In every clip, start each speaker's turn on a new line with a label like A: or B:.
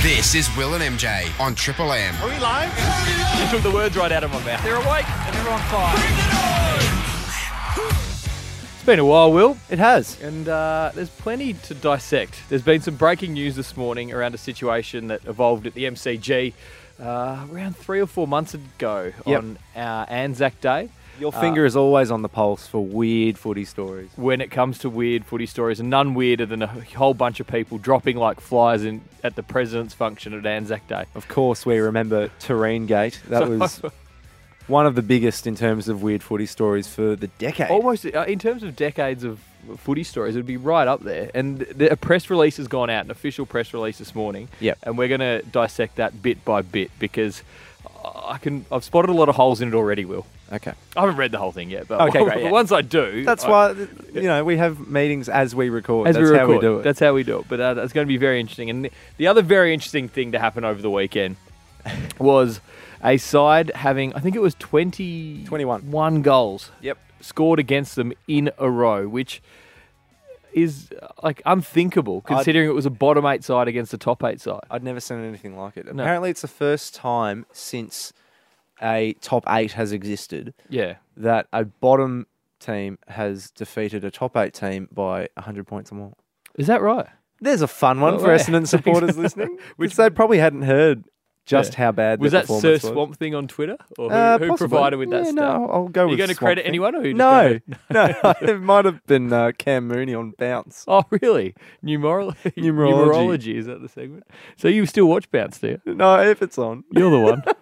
A: This is Will and MJ on Triple M.
B: Are we live? You took the words right out of my mouth. They're awake and they're on fire. It's been a while, Will. It has. And uh, there's plenty to dissect. There's been some breaking news this morning around a situation that evolved at the MCG uh, around three or four months ago
C: Yep.
B: on uh, Anzac Day. Uh,
C: Your finger is always on the pulse for weird footy stories.
B: when it comes to weird footy stories, and none weirder than a whole bunch of people dropping like flies in at the president's function at Anzac Day.
C: Of course, we remember Terrain Gate. That was one of the biggest in terms of weird footy stories for the decade.
B: Almost uh, in terms of decades of footy stories, it'd be right up there. And the, a press release has gone out, an official press release this morning.
C: Yep.
B: and we're going to dissect that bit by bit because I can. I've spotted a lot of holes in it already. Will
C: Okay.
B: I haven't read the whole thing yet, but
C: Okay, great, yeah.
B: once I do,
C: That's
B: I-
C: why, you know, we have meetings as we record.
B: as
C: That's
B: we record.
C: how we do it.
B: That's how we do it. But uh, that's going to be very interesting. And the, the other very interesting thing to happen over the weekend was a side having, I think it was 20,
C: 21.
B: one goals
C: Yep.
B: scored against them in a row, which is uh, like unthinkable considering it was a bottom eight side against a top eight side.
C: I'd never seen anything like it. Apparently, it's the first time since a top eight has existed
B: Yeah.
C: that a bottom team has defeated a top eight team by 100 points or more.
B: Is that right?
C: There's a fun one
B: Oh,
C: for
B: yeah.
C: Essendon supporters listening,
B: Which-
C: which they probably hadn't heard just
B: Yeah.
C: how bad
B: Was
C: their
B: that Sir
C: performance was.
B: Swamp Thing on Twitter? Or who,
C: Uh,
B: who
C: possibly.
B: provided with that
C: Yeah,
B: stuff?
C: No, I'll go
B: Are
C: with.
B: you going to
C: Swamp
B: credit
C: Thing.
B: anyone? Or you just
C: No,
B: gonna-
C: no. it might have been uh, Cam Mooney on bounce.
B: Oh, really? Numerolo-
C: Numerology.
B: Numerology. Is that the segment? So you still watch Bounce, do you?
C: No, if it's on.
B: You're the one.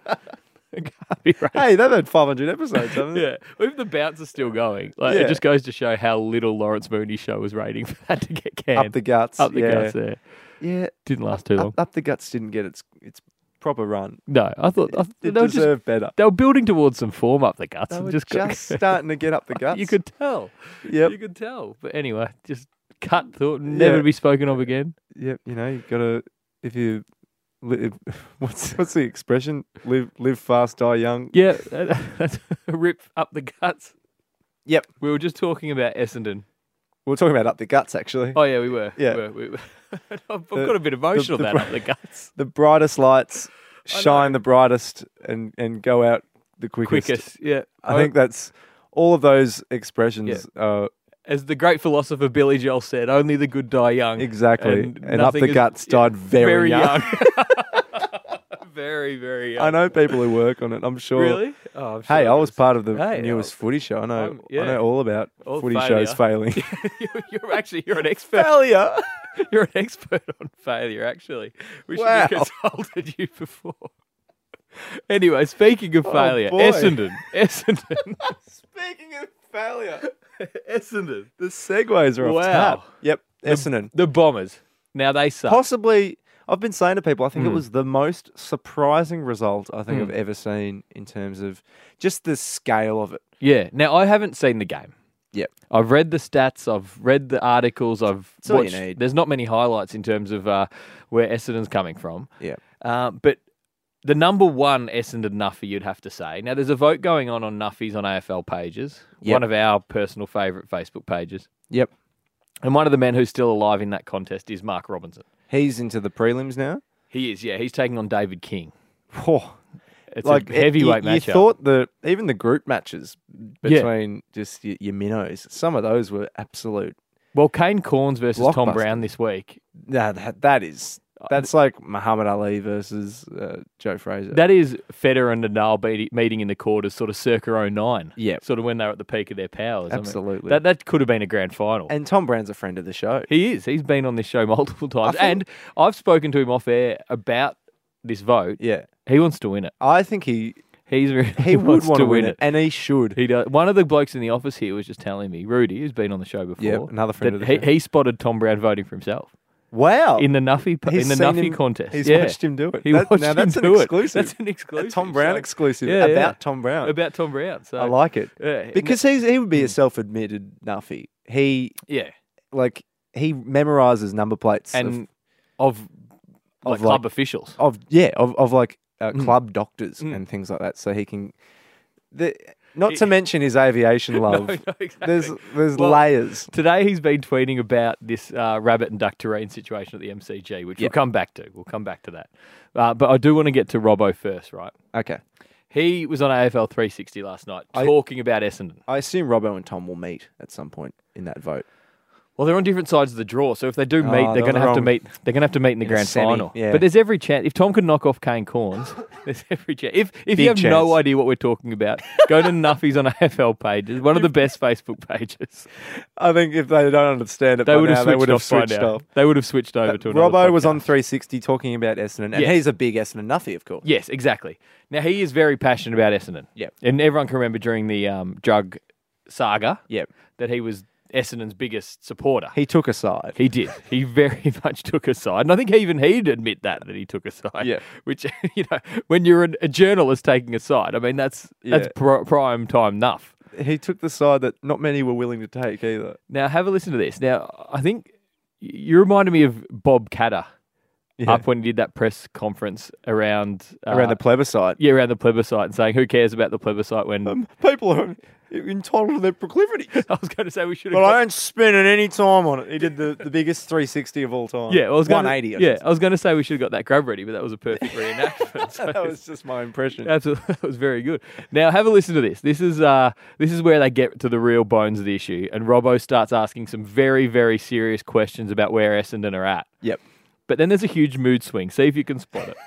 B: It can't be right.
C: Hey, they've had 500 episodes, haven't they?
B: Yeah, if the bounce is still going, like it
C: Yeah.
B: just goes to show how little Lawrence Mooney's show was rating for that to get canned.
C: Up the guts.
B: Up the
C: yeah.
B: guts there.
C: Yeah.
B: Didn't last too long.
C: Up, up the guts didn't get its its proper run.
B: no, I thought I, they
C: It
B: were just
C: deserved better.
B: they were building towards some form up the guts
C: They
B: and
C: were
B: just
C: just,
B: got-
C: starting to get up the guts.
B: you could tell.
C: Yep.
B: You could tell. But anyway, just cut thought never
C: Yeah.
B: to be spoken of again.
C: Yep. You know, you've got to if you. Live, what's what's the expression? Live live fast, die young.
B: Yeah, that- that's rip up the guts.
C: Yep.
B: We were just talking about Essendon.
C: We We're talking about up the guts, actually.
B: Oh yeah, we were. we
C: Yeah.
B: were, we were. I've I've got a bit emotional
C: the
B: about
C: bra-
B: up the guts.
C: The brightest
B: I
C: lights
B: know.
C: shine the brightest and and go out the quickest.
B: Quickest. Yeah. Oh,
C: I think that's all of those expressions. Uh,
B: as the great philosopher Billy Joel said, only the good die young.
C: exactly. And, up
B: nothing
C: the
B: is-
C: guts
B: yeah,
C: died very, young.
B: young. very, very young.
C: I know people who work on it. I'm sure.
B: Really? Oh, I'm sure
C: Hey,
B: it
C: I was
B: is.
C: part of the
B: Hey,
C: newest
B: oh,
C: footy show. I know.
B: I'm- yeah.
C: I know all about
B: All
C: footy shows failing.
B: you're, you're actually you're an expert. Failure. you're an expert on failure. Actually, we should have
C: Wow.
B: consulted you before. Anyway, speaking of failure,
C: Oh, boy.
B: Essendon, Essendon,
C: Speaking of failure,
B: Essendon,
C: the segues are off
B: Wow.
C: tap. Yep, Essendon.
B: the Bombers. Now they suck.
C: Possibly, I've been saying to people, I think it
B: Hmm.
C: was the most surprising result I think I've ever seen in terms of just the scale of it.
B: yeah. Now I haven't seen the game.
C: Yep.
B: I've read the stats. I've read the articles. I've
C: It's all you
B: watched.
C: need.
B: There's not many highlights in terms of uh, where Essendon's coming from.
C: Yeah.
B: Uh, but the number one Essendon Nuffy, you'd have to say. Now, there's a vote going on on Nuffies on AFL pages,
C: Yep.
B: one of our personal favourite Facebook pages.
C: Yep.
B: And one of the men who's still alive in that contest is Mark Robinson.
C: He's into the prelims now.
B: He is, yeah. He's taking on David King.
C: Whoa.
B: It's
C: Like
B: a heavyweight
C: you,
B: matchup.
C: You thought the even the group matches
B: Yeah.
C: between just your, your minnows, some of those were absolute.
B: well, Kane Corns versus Tom
C: Blockbuster.
B: Brown this week.
C: Nah, that, that is that's like Muhammad Ali versus uh, Joe Fraser.
B: That is Federer and Nadal beat- meeting in the quarters, sort of circa 09.
C: Yep.
B: Sort of when they were at the peak of their powers. I mean,
C: Absolutely.
B: that, that could have been a grand final.
C: and Tom Brown's a friend of the show.
B: He is. He's been on this show multiple times.
C: think-
B: And I've spoken to him off air about this vote.
C: Yeah,
B: He wants to win it.
C: I think he
B: He's really
C: he would
B: wants
C: want
B: to
C: to win it, and he should.
B: He does. One of the blokes in the office here was just telling me, Rudy, who's been on the show before,
C: another friend
B: that
C: of the
B: he,
C: show.
B: he spotted Tom Brown voting for himself
C: Wow,
B: in the Nuffy
C: He's
B: in the
C: seen
B: Nuffy
C: him-
B: contest.
C: he's
B: yeah.
C: watched him do it.
B: He
C: That-
B: watched
C: now
B: him
C: that's an
B: do it.
C: exclusive.
B: That's an exclusive.
C: a Tom Brown
B: so-
C: exclusive
B: Yeah, yeah.
C: about Tom Brown.
B: about Tom Brown. So
C: I like it
B: yeah, and
C: because he's he would be a self-admitted nuffy. He
B: that- yeah,
C: like he memorizes number plates
B: and of, like,
C: like-
B: club officials.
C: of, of yeah of of like uh,
B: Mm.
C: club doctors
B: Mm.
C: and things like that, so he can. The, Not to mention his aviation love.
B: no, exactly.
C: There's there's
B: Well,
C: layers.
B: Today he's been tweeting about this uh, rabbit and duck terrain situation at the MCG, which
C: Yeah.
B: we'll come back to. We'll come back to that. Uh, but I do want to get to Robbo first, right?
C: Okay.
B: He was on AFL 360 last night talking about Essendon.
C: I assume Robbo and Tom will meet at some point in that vote.
B: Well, they're on different sides of the draw, so if they do meet,
C: they're
B: they're going
C: on the
B: to have to
C: wrong-
B: meet. They're going to have to meet in the
C: a
B: grand
C: semi,
B: final.
C: yeah.
B: But there's every chance if Tom can knock off Kane Corns, there's every chance. If if you have
C: Big chance.
B: no idea what we're talking about, go to Nuffy's on AFL page. It's one of the best Facebook pages.
C: I think if they don't understand it,
B: They
C: by
B: would have
C: now,
B: switched,
C: Oh, they would have
B: off by
C: switched
B: now.
C: off. Uh,
B: They would have switched over to another.
C: Robbo was
B: podcast.
C: on 360 talking about Essendon, and
B: Yes.
C: he's a big Essendon nuffy, of course.
B: Yes, exactly. Now he is very passionate about Essendon.
C: Yep.
B: and everyone can remember during the um, drug saga.
C: Yep.
B: that he was Essendon's biggest supporter.
C: He took a side.
B: He did. He very much took a side, and I think even he'd admit that that he took a side.
C: Yeah.
B: Which you know, when you're an, a journalist taking a side, I mean that's that's
C: Yeah.
B: pri- prime time enough.
C: he took the side that not many were willing to take either.
B: Now have a listen to this. Now I think y- you reminded me of Bob Catter
C: Yeah.
B: up when he did that press conference around uh,
C: Around the plebiscite.
B: yeah around the plebiscite and saying who cares about the plebiscite when
C: Um, People are entitled to their proclivities.
B: I was going to say we should have.
C: But I don't spend any time on it. He did the, the biggest 360 of all time.
B: yeah, I was gonna,
C: 180. I
B: Yeah,
C: should say.
B: I was going to say we should have got that grab ready, but that was a perfect reenactment. So
C: that was just my impression.
B: Absolutely, that was very good. Now have a listen to this. This is uh, this is where they get to the real bones of the issue, and Robbo starts asking some very very serious questions about where Essendon are at.
C: Yep.
B: But then there's a huge mood swing. See if you can spot it.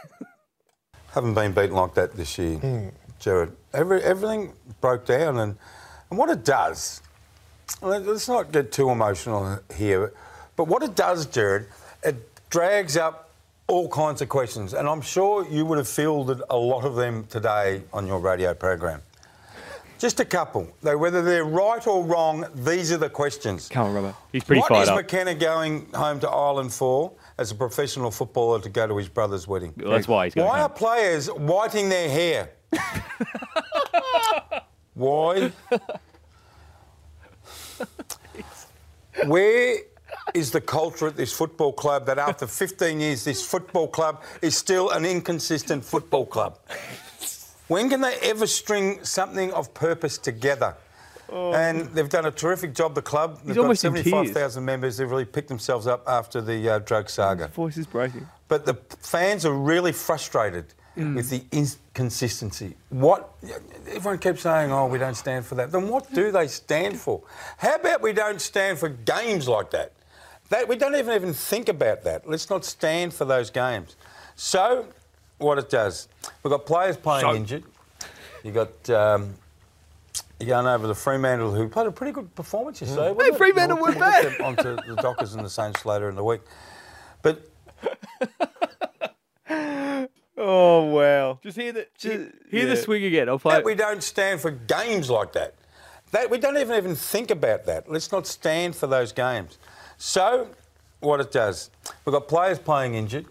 D: Haven't been beaten like that this year, Jared. Every, everything broke down, and, and what it does, let- let's not get too emotional here, but what it does, Jared, it drags up all kinds of questions, and I'm sure you would have fielded a lot of them today on your radio program. Just a couple. They, whether they're right or wrong, these are the questions.
C: Come on, Robbo.
B: He's pretty
D: What
B: fired
D: is
B: up.
D: McKenna going home to Ireland for as a professional footballer to go to his brother's wedding?
B: Well, that's why he's going.
D: Why
B: home.
D: are players whiting their hair? Why? Where is the culture at this football club that after 15 years, this football club is still an inconsistent football club? When can they ever string something of purpose together? And they've done a terrific job, the club. They've got
B: Oh. almost in tears.
D: 75,000 members. They've really picked themselves up after the uh, drug saga.
C: Voice is breaking.
D: But the fans are really frustrated
B: Mm.
D: with the inconsistency. What everyone keeps saying, oh, we don't stand for that. Then what do they stand for? How about we don't stand for games like that? That we don't even even think about that. Let's not stand for those games. So, what it does, we've got players playing injured. You got. Um, you're going over the Fremantle, who played a pretty good performance, you say. wasn't it?
B: Mm. Fremantle
D: We'll
B: were
D: put
B: bad.
D: them Onto the Dockers and the Saints later in the week. But
C: Oh, wow.
B: Just hear the
C: Ju-
B: hear the
C: yeah.
B: swing again. I'll play.
D: that
B: it.
D: we don't stand for games like that. That we don't even even think about that. Let's not stand for those games. So, what it does, we've got players playing injured.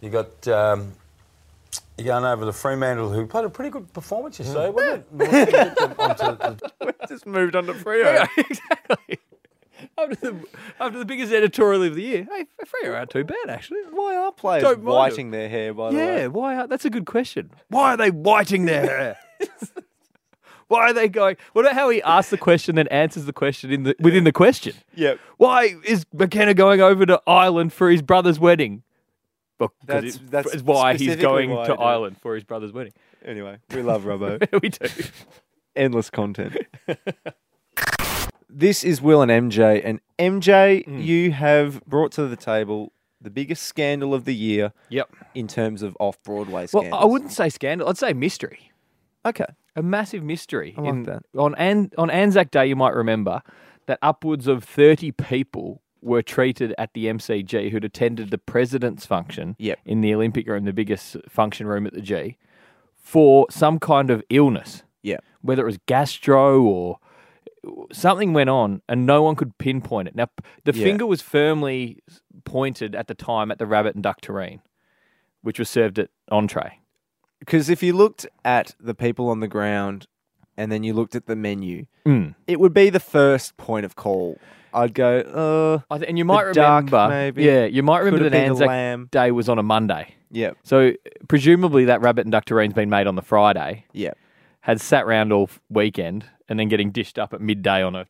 D: You got um, you're going over the Fremantle, who played a pretty good performance, you say, wasn't it? We'll get them onto the
C: Just moved on to Freo.
B: exactly. After the, after the biggest editorial of the year, hey, Freo aren't too bad actually.
C: Why are players
B: Don't mind
C: whiting their hair, by the way?
B: Yeah, why are that's a good question. Why are they whiting their hair? why are they going? What about how he asks the question, then answers the question in the within the question?
C: Yep.
B: Why is McKenna going over to Ireland for his brother's wedding? Because
C: That's-
B: it-
C: that's
B: it's why he's
C: specifically
B: going
C: why I
B: to
C: do it.
B: Ireland for his brother's wedding.
C: Anyway, we love Robbo.
B: we do.
C: endless content. this is Will and MJ, and MJ, you have brought to the table the biggest scandal of the year
B: Yep.
C: in terms of off Broadway
B: Well,
C: scandals.
B: I wouldn't say scandal. I'd say mystery.
C: Okay.
B: a massive mystery.
C: like
B: in-
C: that.
B: On An- on Anzac Day, you might remember that upwards of thirty people were treated at the MCG who'd attended the president's function
C: Yep.
B: in the Olympic room, the biggest function room at the G, for some kind of illness,
C: Yeah.
B: whether it was gastro or something went on, and no one could pinpoint it. Now, p- the
C: Yeah.
B: finger was firmly s- pointed at the time at the rabbit and duck terrine, which was served at entree.
C: Because if you looked at the people on the ground and then you looked at the menu,
B: Mm.
C: it would be the first point of call. I'd go, uh,
B: I th- and you might
C: duck,
B: remember,
C: maybe.
B: yeah, you might remember
C: Could have
B: that
C: been the
B: Anzac
C: lamb.
B: Day was on a Monday,
C: yeah,
B: so presumably that rabbit and duck terrine's been made on the Friday.
C: yeah.
B: had sat round all f- weekend and then getting dished up at midday on a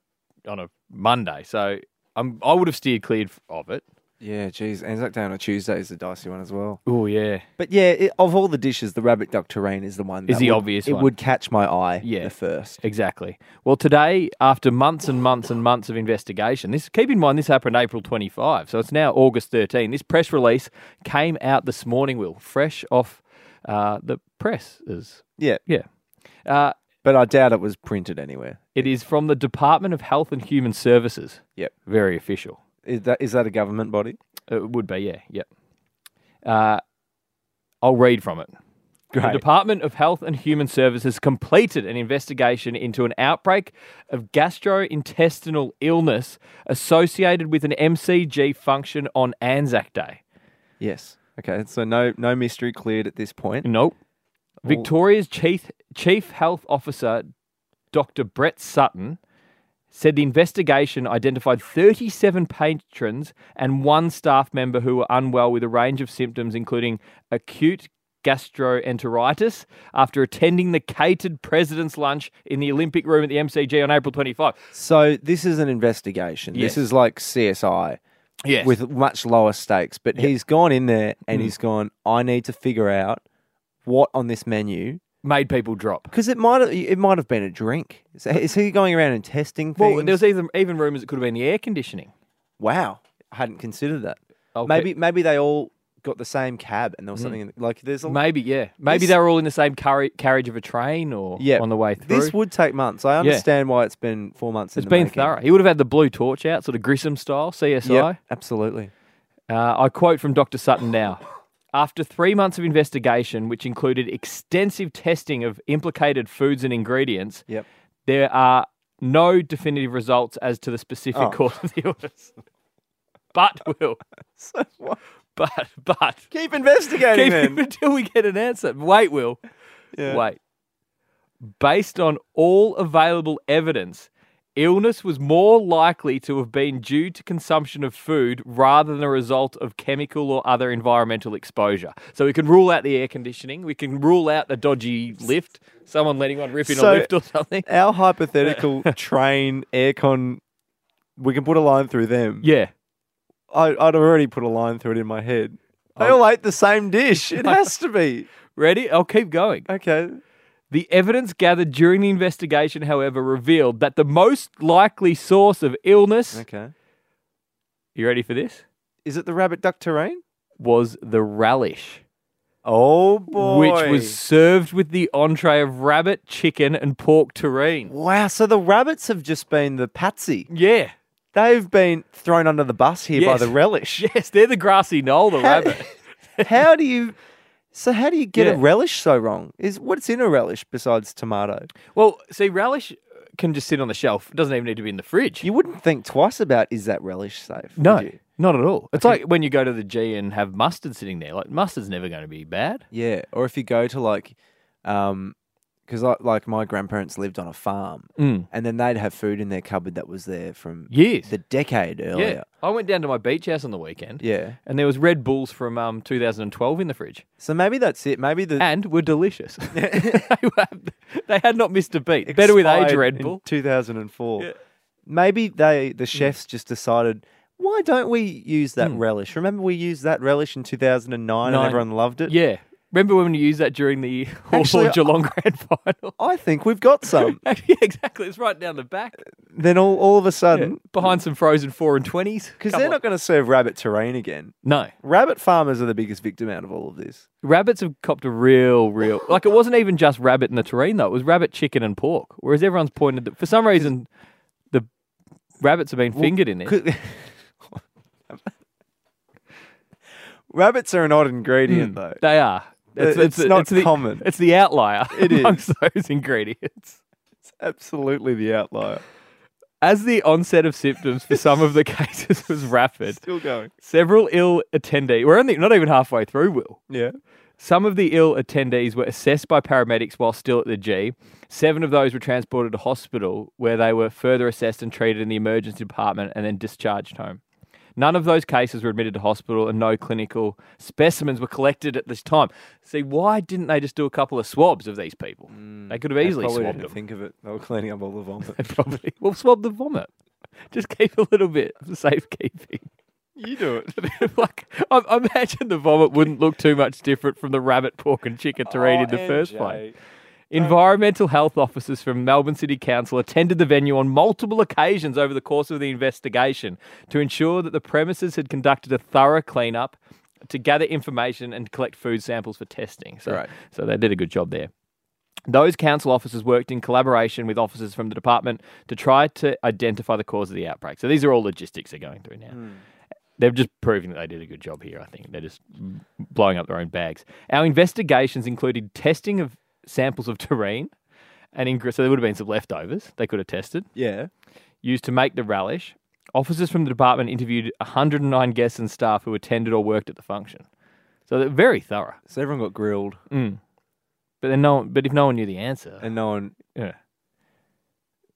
B: on a Monday. So I'm, I would have steered clear of it.
C: Yeah, geez. Anzac Day on a Tuesday is a dicey one as well.
B: Oh yeah,
C: But yeah, it, of all the dishes, the rabbit duck terrain is the one.
B: Is
C: that
B: the
C: would-
B: obvious
C: It
B: one.
C: would catch my eye.
B: Yeah.
C: the first.
B: exactly. Well, today, after months and months and months of investigation, this keep in mind this happened April 25, so it's now August 13. This press release came out this morning, Will, fresh off uh, the presses.
C: Yeah,
B: Yeah. Uh,
C: but I doubt it was printed anywhere.
B: it is from the Department of Health and Human Services.
C: Yep.
B: Very official.
C: Is that is that a government body?
B: It would be, yeah, yep. Uh, I'll read from it. The
C: Great.
B: Department of Health and Human Services completed an investigation into an outbreak of gastrointestinal illness associated with an MCG function on Anzac Day.
C: Yes. Okay. So no no mystery cleared at this point.
B: Nope. Victoria's chief chief health officer, Dr. Brett Sutton, said the investigation identified 37 patrons and one staff member who were unwell with a range of symptoms, including acute gastroenteritis, after attending the catered president's lunch in the Olympic room at the MCG on April 25.
C: So this is an investigation.
B: Yes.
C: This is like CSI
B: Yes. Mm.
C: with much lower stakes. But he's gone in there and he's gone. I need to figure out what on this menu
B: made people drop.
C: because it might have it might have been a drink. Is, is he going around and testing things?
B: Well, there was even, even rumors it could have been the air conditioning.
C: Wow, I hadn't considered that.
B: Okay. Mm.
C: Maybe maybe they all got the same cab and there was something in, like there's a
B: Maybe, yeah. Maybe
C: This-
B: they were all in the same carri- carriage of a train or
C: yeah
B: on the way through.
C: This would take months. I understand why it's been four months.
B: It's been thorough. He would have had the blue torch out, sort of Grissom style, CSI.
C: Yeah, absolutely.
B: Uh, I quote from Dr. Sutton now. After three months of investigation, which included extensive testing of implicated foods and ingredients,
C: Yep.
B: there are no definitive results as to the specific
C: Oh.
B: cause of the illness. But, Will,
C: what?
B: but, but,
C: Keep investigating
B: keep
C: then.
B: it until we get an answer. Wait, Will.
C: Yeah.
B: Wait. Based on all available evidence, illness was more likely to have been due to consumption of food rather than a result of chemical or other environmental exposure. So we can rule out the air conditioning, we can rule out a dodgy lift, someone letting one rip in
C: So-
B: a lift or something.
C: Our hypothetical train aircon. We can put a line through them.
B: Yeah.
C: I, I'd already put a line through it in my head. They all ate the same dish. It has to be
B: Ready? I'll keep going.
C: okay.
B: The evidence gathered during the investigation, however, revealed that the most likely source of illness,
C: Okay.
B: you ready for this?
C: Is it the rabbit duck terrain?
B: Was the relish.
C: Oh boy!
B: which was served with the entree of rabbit, chicken, and pork terrine.
C: Wow, so the rabbits have just been the patsy.
B: Yeah.
C: They've been thrown under the bus here by
B: Yes.
C: the relish.
B: Yes, they're the grassy knoll, the
C: How-
B: rabbit.
C: How do you So how do you get
B: Yeah.
C: a relish so wrong? Is what's in a relish besides tomato?
B: Well, see, relish can just sit on the shelf. It doesn't even need to be in the fridge.
C: You wouldn't think twice about is that relish safe?
B: no,
C: would you?
B: not at all. It's like when you go to the G and have mustard sitting there. Like, mustard's never going to be bad.
C: Yeah, or if you go to like um because like, like my grandparents lived on a farm
B: Mm.
C: and then they'd have food in their cupboard that was there from
B: Years.
C: the decade
B: Oh, yeah.
C: earlier.
B: I went down to my beach house on the weekend.
C: Yeah.
B: And there was Red Bulls from um, 2012 in the fridge,
C: So maybe that's it. Maybe the
B: and were delicious. they, were, they had not missed a beat. Better with age,
C: expired
B: Red
C: in
B: Bull. Mm.
C: 2004. Maybe they the chefs just decided, why don't we use that relish? Remember we used that relish in 2009
B: Nine.
C: and everyone loved it?
B: Yeah. Remember when you used that during the
C: Actually,
B: Hawthorn
C: I-
B: Geelong Grand Final?
C: I think we've got some.
B: yeah, exactly. It's right down the back.
C: then all, all of a
B: Um,
C: sudden,
B: Behind some frozen four and twenties.
C: because they're not going to serve rabbit terrain again.
B: No.
C: Rabbit farmers are the biggest victim out of all of this.
B: Rabbits have copped a real, real like it wasn't even just rabbit in the terrain though, it was rabbit, chicken and pork. Whereas everyone's pointed that for some reason the rabbits have been fingered in there.
C: Could- Rabbits are an odd ingredient, though.
B: They are.
C: It's not
B: the,
C: common.
B: It's the outlier
C: It is.
B: amongst those ingredients.
C: Absolutely the outlier.
B: As the onset of symptoms for some of the cases was rapid,
C: Still going.
B: Several ill attendees. We're only not even halfway through. Will
C: Yeah.
B: some of the ill attendees were assessed by paramedics while still at the G. Seven of those were transported to hospital, where they were further assessed and treated in the emergency department, and then discharged home. None of those cases were admitted to hospital and no clinical specimens were collected at this time. See, why didn't they just do a couple of swabs of these people? they could have easily
C: Mm, Probably
B: swabbed
C: didn't
B: them.
C: think of it. They were cleaning up all the vomit.
B: Probably. Well, swab the vomit. Just keep a little bit for safekeeping.
C: you do it.
B: like, I, I imagine the vomit wouldn't look too much different from the rabbit, pork, and chicken terrain in the
C: Oh,
B: first place. Environmental health officers from Melbourne City Council attended the venue on multiple occasions over the course of the investigation to ensure that the premises had conducted a thorough cleanup to gather information and collect food samples for testing. So,
C: Right.
B: so they did a good job there. Those council officers worked in collaboration with officers from the department to try to identify the cause of the outbreak. So these are all logistics they're going through now. They've just proven that they did a good job here, I think. They're just blowing up their own bags. Our investigations included testing of samples of terrain, and ingre- so there would have been some leftovers they could have tested,
C: Yeah.
B: used to make the relish. Officers from the department interviewed 109 guests and staff who attended or worked at the function. So they're very thorough.
C: So everyone got grilled,
B: But then no, but if no one knew the answer,
C: and no one.
B: yeah.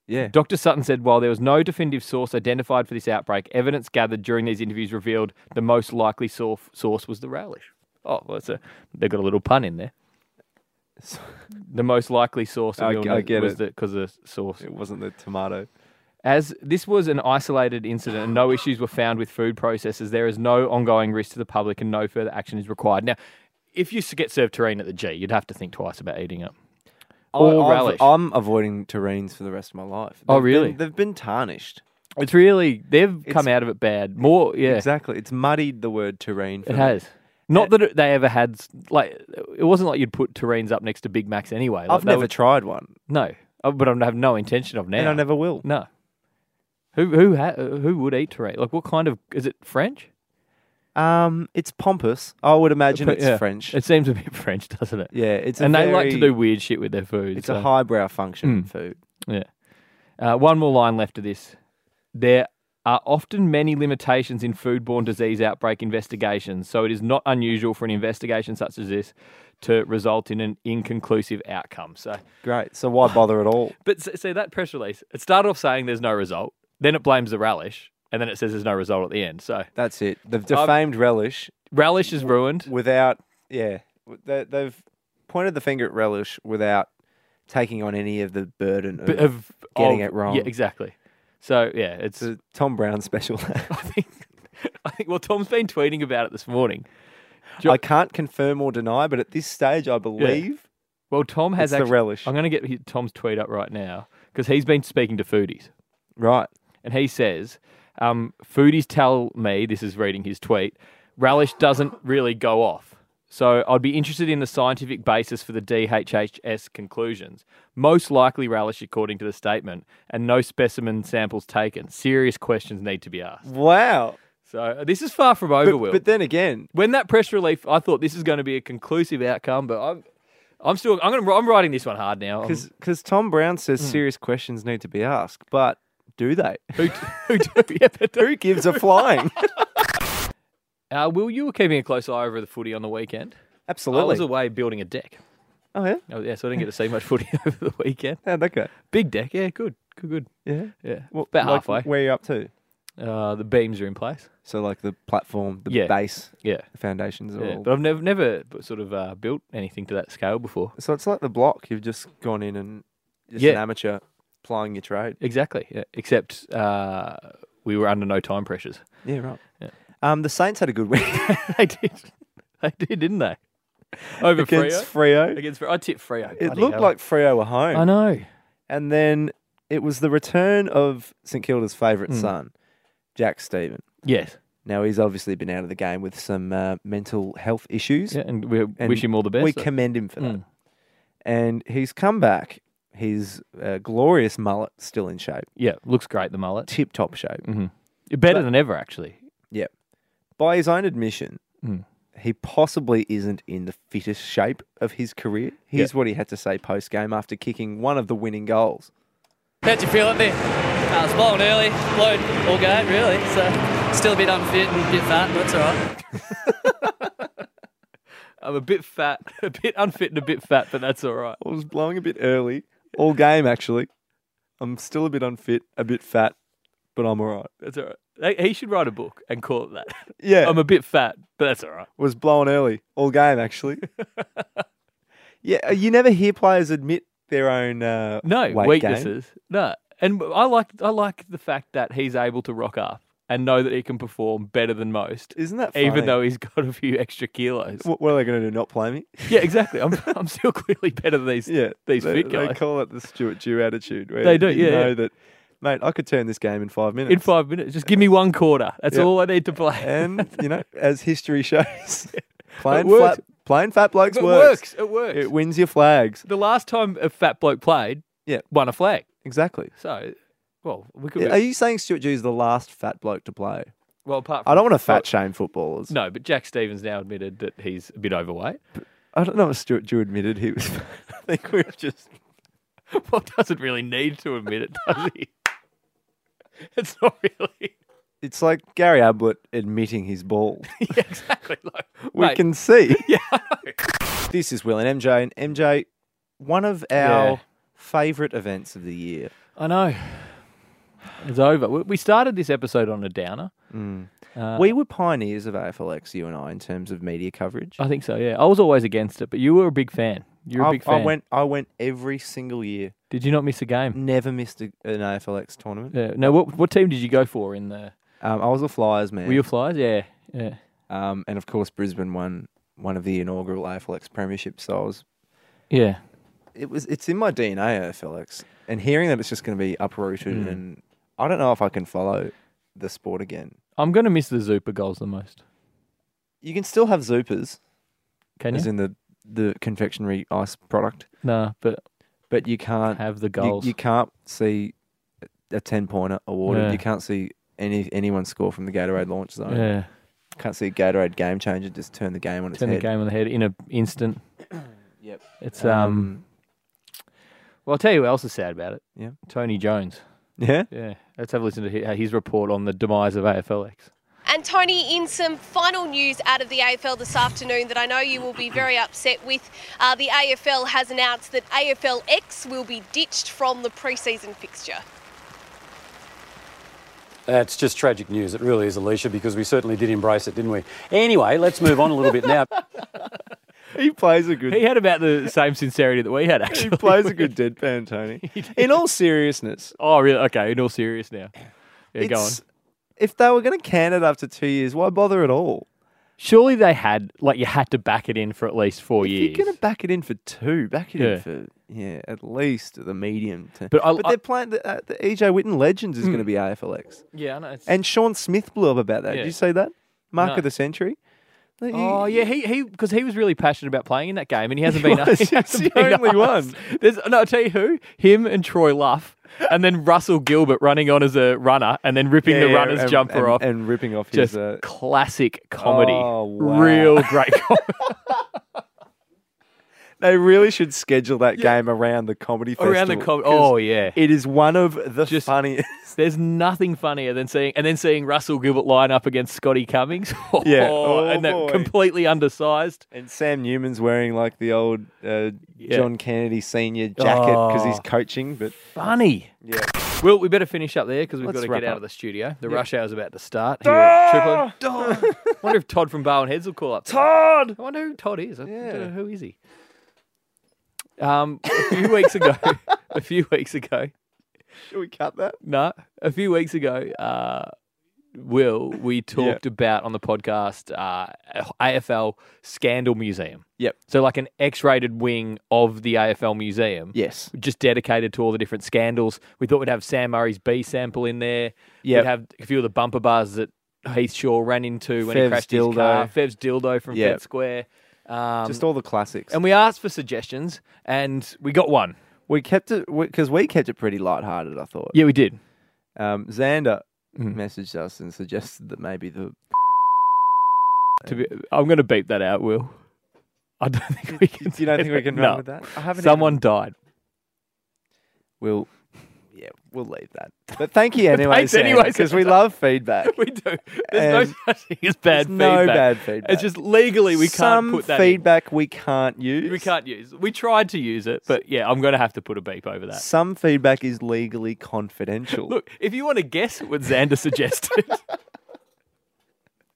C: Yeah.
B: Dr. Sutton said while there was no definitive source identified for this outbreak, evidence gathered during these interviews revealed the most likely source, source was the relish. Oh, well, that's a, they've got a little pun in there. The most likely source of
C: I- I
B: illness
C: get
B: was
C: it.
B: because the source.
C: It wasn't the tomato.
B: As this was an isolated incident and no issues were found with food processors, there is no ongoing risk to the public and no further action is required. Now, if you s- get served terrain at the G, you'd have to think twice about eating it. Or
C: I- I've-
B: relish.
C: I'm avoiding terrains for the rest of my life.
B: Oh,
C: They've been-
B: really?
C: they've been tarnished.
B: It's really, they've
C: It's-
B: come out of it bad. More, yeah.
C: Exactly. It's muddied the word terrain. For
B: It
C: me. Uh,
B: has. Not that it, they ever had s- like it wasn't like you'd put Tureens up next to Big Macs anyway. Like,
C: I've
B: they
C: never
B: were-
C: tried one,
B: no, Uh, but I have no intention of now.
C: and I never will.
B: no. Who who ha- who would eat Tureens? Like what kind of is it French?
C: Um, it's pompous. I would imagine it's
B: Yeah.
C: French.
B: It seems a bit French, doesn't it?
C: yeah, it's a
B: and they like to
C: very-
B: do weird shit with their food.
C: It's
B: so-
C: a highbrow
B: Hmm.
C: function food.
B: Yeah. Uh, one more line left of this. There are often many limitations in foodborne disease outbreak investigations, so it is not unusual for an investigation such as this to result in an inconclusive outcome. So,
C: Great. So why bother at all?
B: but s- see that press release. It started off saying there's no result, then it blames the relish, and then it says there's no result at the end. So
C: That's it. They've defamed relish
B: relish is ruined.
C: without. Yeah, w- they, they've pointed the finger at relish without taking on any of the burden of.
B: b- Of
C: Getting
B: of-
C: it wrong.
B: Yeah, exactly. So yeah, it's
C: the Tom Brown special.
B: I think I think well Tom's been tweeting about it this morning. Do you-
C: I can't confirm or deny, but at this stage, I believe
B: Well, Tom has
C: It's the
B: actu-
C: relish.
B: I'm going to get he- Tom's tweet up right now because he's been speaking to foodies,
C: right.
B: and he says, um, "Foodies tell me this is reading his tweet. Relish doesn't really go off." So I'd be interested in the scientific basis for the DHHS conclusions. Most likely relish, according to the statement, and no specimen samples taken. Serious questions need to be asked.
C: Wow.
B: So uh, this is far from over,
C: But,
B: Will.
C: but then again,
B: when that press relief, I thought this is going to be a conclusive outcome, but I'm, I'm still, I'm going to, I'm writing this one hard now. I'm-
C: because Tom Brown says
B: Hmm.
C: serious questions need to be asked, but do they?
B: Who, who, do, yeah, but
C: Who gives a flying?
B: uh, Will, you were keeping a close eye over the footy on the weekend. I was
C: Absolutely.
B: away building a deck.
C: Oh yeah.
B: Oh, yeah, so I didn't get to see much footy over the weekend.
C: How'd that go?
B: Big deck, yeah, good, good, good.
C: Yeah.
B: Yeah,
C: Well,
B: about
C: like,
B: halfway.
C: Where are you up to?
B: Uh, the beams are in place.
C: So like the platform, the
B: Yeah.
C: base,
B: Yeah,
C: the foundations are
B: yeah.
C: all.
B: But I've never, never sort of uh, built anything to that scale before.
C: So it's like the block. You've just gone in and just an
B: Yeah.
C: amateur plying your trade.
B: Exactly. Yeah. Except uh, we were under no time pressures.
C: Yeah, right. Um, the Saints had a good week
B: they did, they did, didn't they? Over Freo.
C: against Frio.
B: Against Freo. I tipped Freo.
C: It
B: bloody
C: looked
B: hell.
C: like Frio were home.
B: I know.
C: And then it was the return of St Kilda's favourite
B: Hmm.
C: son, Jack Stephen.
B: Yes.
C: Now he's obviously been out of the game with some uh, mental health issues.
B: Yeah, Hmm. and we
C: and
B: wish him all the best.
C: We commend him for that. And he's come back. His uh, glorious mullet still in shape,
B: Yeah, looks great, the mullet.
C: tip top shape.
B: Mm-hmm. Better than ever, actually.
C: Yeah. By his own admission,
B: Hmm.
C: he possibly isn't in the fittest shape of his career. Here's what he had to say post game after kicking one of the winning goals.
E: How'd you feel at me? I was blown early, blown all game really, so still a bit unfit and a bit fat, but it's alright.
B: I'm a bit fat, a bit unfit and a bit fat, but that's all right.
C: I was blowing a bit early, all game actually. I'm still a bit unfit, a bit fat, but I'm all right.
B: That's all right. They- He should write a book and call it that.
C: Yeah.
B: I'm a bit fat, but that's all right.
C: was blown early all game actually. yeah, uh, you never hear players admit their own uh,
B: No
C: weight gain.
B: weaknesses. No, and I like I like the fact that he's able to rock up and know that he can perform better than most,
C: Isn't that funny?
B: even though he's got a few extra kilos.
C: Wh- what are they going to do? Not play me?
B: yeah, exactly. I'm I'm still clearly better than these
C: Yeah,
B: these
C: they,
B: fit
C: They
B: guys.
C: call it the Stuart Dew attitude. Where
B: They do,
C: you
B: yeah,
C: Know
B: yeah.
C: that, mate. I could turn this game in five minutes.
B: In five minutes, just give me one quarter. That's
C: Yeah.
B: all I need to play.
C: and you know, as history shows, playing
B: works.
C: flat, playing fat blokes
B: But it
C: works.
B: works. It works.
C: It wins your flags.
B: the last time a fat bloke played,
C: Yeah.
B: won a flag.
C: Exactly.
B: So, well, we could. be-
C: Are you saying Stuart Dew's the last fat bloke to play?
B: well, apart from
C: I don't want to fat shame footballers.
B: No, but Jack Stevens now admitted that he's a bit overweight.
C: I don't know if Stuart Dew admitted he was. I think we've just.
B: Well, doesn't really need to admit it, does he? It's not really.
C: It's like Gary Ablett admitting he's bald.
B: Yeah, exactly. Like,
C: We
B: mate,
C: can see. Yeah. this is Will and MJ. And MJ, one of our
B: Yeah.
C: favourite events of the year.
B: I know. It's over. We- We started this episode on a downer. Uh,
C: we were pioneers of AFLX, you and I, in terms of media coverage.
B: I think so. Yeah, I was always against it, but you were a big fan. Oh, You're a
C: I,
B: big fan.
C: I went. I went every single year.
B: Did you not miss a game?
C: Never missed a, an AFLX tournament.
B: Yeah. No. What what team did you go for in the?
C: Um, I was a Flyers man,
B: Were you Flyers? Yeah. Yeah.
C: um, and of course Brisbane won one of the inaugural AFLX premierships. So I was.
B: Yeah.
C: It was. It's in my DNA, AFLX, and hearing that it's just going to be uprooted,
B: Hmm.
C: and I don't know if I can follow the sport again.
B: I'm gonna miss the Zupa goals the most.
C: You can still have Zupas,
B: Can
C: as
B: you?
C: in the the confectionery ice product,
B: Nah, but
C: but you can't
B: have the
C: you-
B: goals.
C: You, can't see a ten pointer awarded.
B: Yeah.
C: You can't see any anyone score from the Gatorade launch zone.
B: yeah.
C: Can't see a Gatorade game changer just turn the game on its
B: Turn
C: head.
B: the game on the head in an instant.
C: Yep.
B: It's um. Well, I'll tell you what else is sad about it.
C: Yeah.
B: Tony Jones.
C: Yeah.
B: Yeah. Let's have a listen to hi- his report on the demise of AFLX.
F: And Tony, in some final news out of the AFL this afternoon that I know you will be very upset with, uh, the AFL has announced that AFLX will be ditched from the preseason fixture.
G: That's just tragic news. It really is, Alicia, because we certainly did embrace it, didn't we? Anyway, let's move on a little bit now.
C: He plays a good.
B: He had about the same sincerity that we had,
C: He
B: actually.
C: plays a good deadpan, Tony. In all seriousness,
B: Oh, really? Okay. In all serious now. Yeah, go on.
C: it's- if they were going to can it after two years, why bother at all?
B: Surely they had, like, you had to back it in for at least four
C: If
B: years.
C: you're going to back it in for two, back it
B: Yeah.
C: in for yeah, at least the medium. Term.
B: But I- I- Hmm.
C: they're playing the, uh, the EJ Witten Legends is going to be AFLX,
B: Yeah, I know. It's...
C: and Sean Smith blew up about that.
B: Yeah.
C: Did you see that? Mark
B: No.
C: of the century. Like, you-
B: Oh yeah, he he because he was really passionate about playing in that game, and he hasn't
C: He
B: been.
C: was.
B: he
C: He
B: hasn't
C: was the
B: been
C: only
B: asked.
C: one.
B: There's no, I will tell you who him and Troy Luff, and then Russell Gilbert running on as a runner, and then ripping
C: Yeah,
B: the
C: yeah,
B: runner's
C: and-
B: jumper
C: and-
B: off.
C: and ripping off
B: just
C: his. Uh,
B: classic comedy,
C: Oh, wow.
B: real great comedy.
C: they really should schedule that game around the comedy festival.
B: Around the com-
C: 'cause
B: oh yeah,
C: it is one of the
B: Just-
C: funniest.
B: there's nothing funnier than seeing and then seeing Russell Gilbert line up against Scotty Cummings.
C: Yeah.
B: and
C: Oh,
B: that
C: boy.
B: completely undersized.
C: And Sam Newman's wearing like the old uh, John Kennedy senior jacket because
B: Oh.
C: he's coaching. But
B: funny. Yeah. Well, we better finish up there because we've
C: Let's
B: got to
C: wrap
B: get out
C: up. Ah!
B: of the studio. The rush hour's about to start. Here at Triple M. wonder if Todd from Barwon Heads will call up. Todd! I wonder who Todd is. I don't know who is he. Um, a few weeks ago, a few weeks ago,
C: should we cut that?
B: no, a few weeks ago, uh, Will, we talked about on the podcast uh, AFL Scandal Museum.
C: Yep.
B: So, like an X rated wing of the AFL Museum
C: Yes.
B: just dedicated to all the different scandals. We thought we'd have Sam Murray's B sample in there.
C: Yep.
B: We'd have a few of the bumper bars that Heath Shaw ran into when he
C: Fev's
B: crashed
C: dildo.
B: his car. Fev's dildo from
C: Yep.
B: Fed Square. Um,
C: Just all the classics.
B: and we asked for suggestions, and we got one.
C: We kept it because we, kept it pretty lighthearted. I thought.
B: Yeah, Mm-hmm. we did.
C: Um, Xander messaged us and suggested that maybe the
B: To be, I'm going to beep that out, Will. I don't think we can.
C: you don't
B: say
C: think we
B: that.
C: can
B: no.
C: run with that? I haven't
B: Someone died.
C: will. Yeah, we'll leave that. But thank you anyway,
B: Thanks anyway,
C: because we
B: Santa.
C: love feedback.
B: We do. There's
C: And-
B: no such thing as bad
C: There's no
B: feedback.
C: bad feedback.
B: It's just legally we
C: Some
B: can't put that. in.
C: feedback we can't use.
B: We can't use. We tried to use it, but yeah, I'm going to have to put a beep over that.
C: Some feedback is legally confidential.
B: Look, if you want to guess what Xander suggested,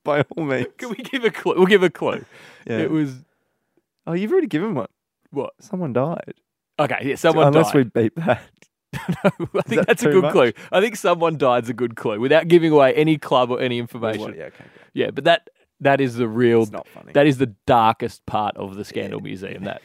C: by all means.
B: can we give a clue? We'll give a clue.
C: Yeah.
B: It was
C: Oh, you've already given one.
B: what?
C: Someone died.
B: Okay, yeah, someone
C: Unless
B: died.
C: we beat that.
B: I think
C: that
B: that's a
C: too
B: good
C: much?
B: clue. I think someone died's a good clue without giving away any club or any information.
C: Yeah, okay.
B: Yeah, but that that is the real.
C: not funny.
B: That is the darkest part of the Scandal Museum. That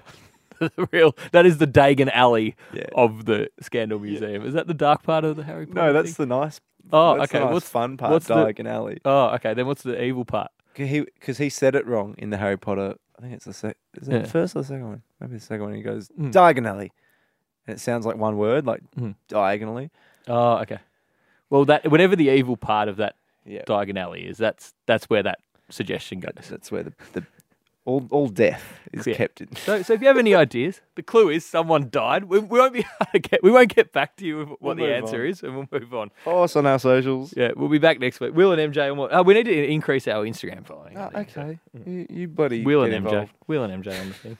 B: the real. That is the Dagon Alley
C: Yeah.
B: of the Scandal Museum. Is that the dark part of the Harry Potter?
C: No, that's
B: thing?
C: the nice.
B: Oh,
C: that's the
B: okay,
C: nice
B: what's-
C: fun part?
B: what's the-
C: Diagon Alley.
B: Oh, okay. Then what's the evil part?
C: Because he, said it wrong in the Harry Potter. I think it's the sec- is it
B: Yeah.
C: the first or the second one? Maybe the second one. He goes Diagon Alley, and it sounds like one word, like diagonally.
B: Oh, okay. Well, that whatever the evil part of that
C: Yeah.
B: Diagon Alley is, that's that's where that suggestion goes.
C: That's where the, the all all death is
B: Yeah.
C: kept in.
B: So, so if you have any ideas, the clue is someone died. We, we won't be able to get, we won't get back to you with what
C: move
B: the answer
C: on.
B: is, and we'll move on.
C: Follow us Oh, on our socials.
B: Yeah, we'll be back next week. Will and MJ on what? Oh, we need to increase our Instagram following. I
C: Ah,
B: think.
C: okay, you, you bloody
B: Will
C: get
B: and MJ.
C: involved.
B: Will and MJ on the thing.